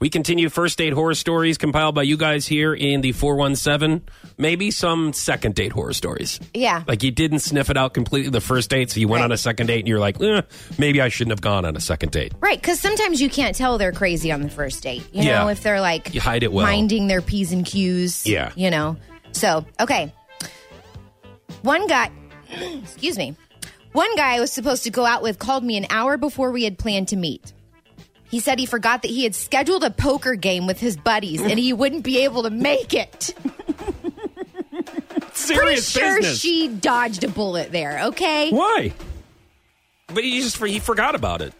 We continue first date horror stories compiled by you guys here in the 417. Maybe some second date horror stories. Yeah. Like you didn't sniff it out completely the first date, so you went Right. on a second date and you're like, eh, maybe I shouldn't have gone on a second date. Right, because sometimes you can't tell they're crazy on the first date. You Yeah. know, if they're like You hide it well. minding their P's and Q's. Yeah. You know? So, okay. One guy, excuse me, one guy I was supposed to go out with called me an hour before we had planned to meet. He said he forgot that he had scheduled a poker game with his buddies and he wouldn't be able to make it. Pretty Serious sure business. she dodged a bullet there, okay? Why? But he just he forgot about it.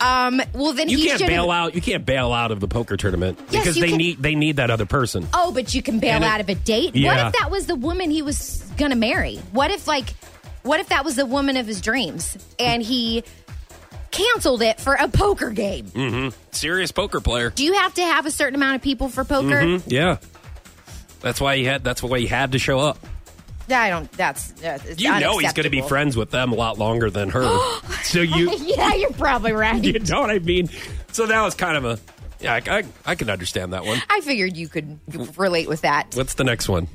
Um, well, then You he can't should've- bail out. You can't bail out of the poker tournament Yes, because you they can- need they need that other person. Oh, but you can bail And it- out of a date. Yeah. What if that was the woman he was gonna marry? What if like, what if that was the woman of his dreams and he canceled it for a poker game? Mm. Serious poker player. Do you have to have a certain amount of people for poker? Yeah. That's why he had. That's why he had to show up. I don't. That's uh, it's You know he's going to be unacceptable. Oh friends with them a lot longer than her. so you, yeah, you're probably right. you know what I mean. So that was kind of a. Yeah, I, I, I can understand that one. I figured you could relate with that. What's the next one?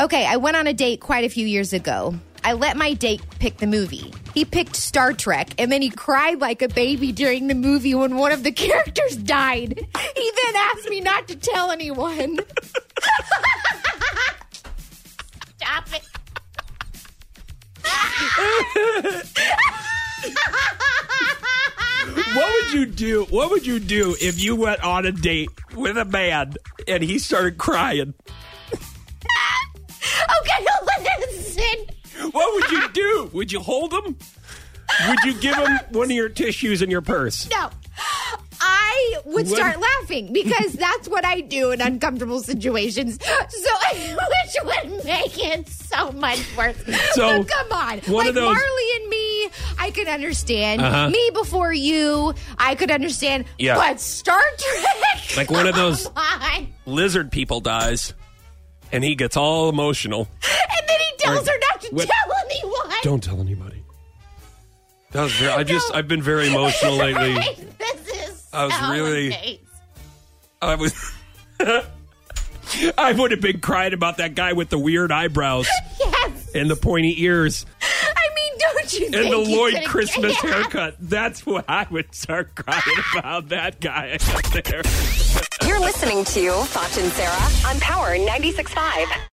Okay, I went on a date quite a few years ago. I let my date pick the movie. He picked Star Trek, and then he cried like a baby during the movie when one of the characters died. He then asked me not to tell anyone. Stop it. What would you do? What would you do if you went on a date with a man and he started crying? Okay, listen. What would you do? Would you hold him? Would you give him one of your tissues in your purse? No. I would What? start laughing because that's what I do in uncomfortable situations. So, which would make it so much worse. So, But come on, one like of those- Marley and me, I could understand. Uh-huh. Me before you, I could understand. Yeah. but Star Trek, Like one of those- Come on. Lizard people dies, and he gets all emotional. and then he tells Or- her not to what- tell anyone. Don't tell anybody. That was very, I just No. I've been very emotional lately. this is. I was so really- amazing. I was I would have been crying about that guy with the weird eyebrows Yes, and the pointy ears I mean, don't you? and think the you Lloyd could've- Christmas Yeah. haircut. That's what I would start crying about that guy out there. You're listening to Foch and Sarah on Power 96.5.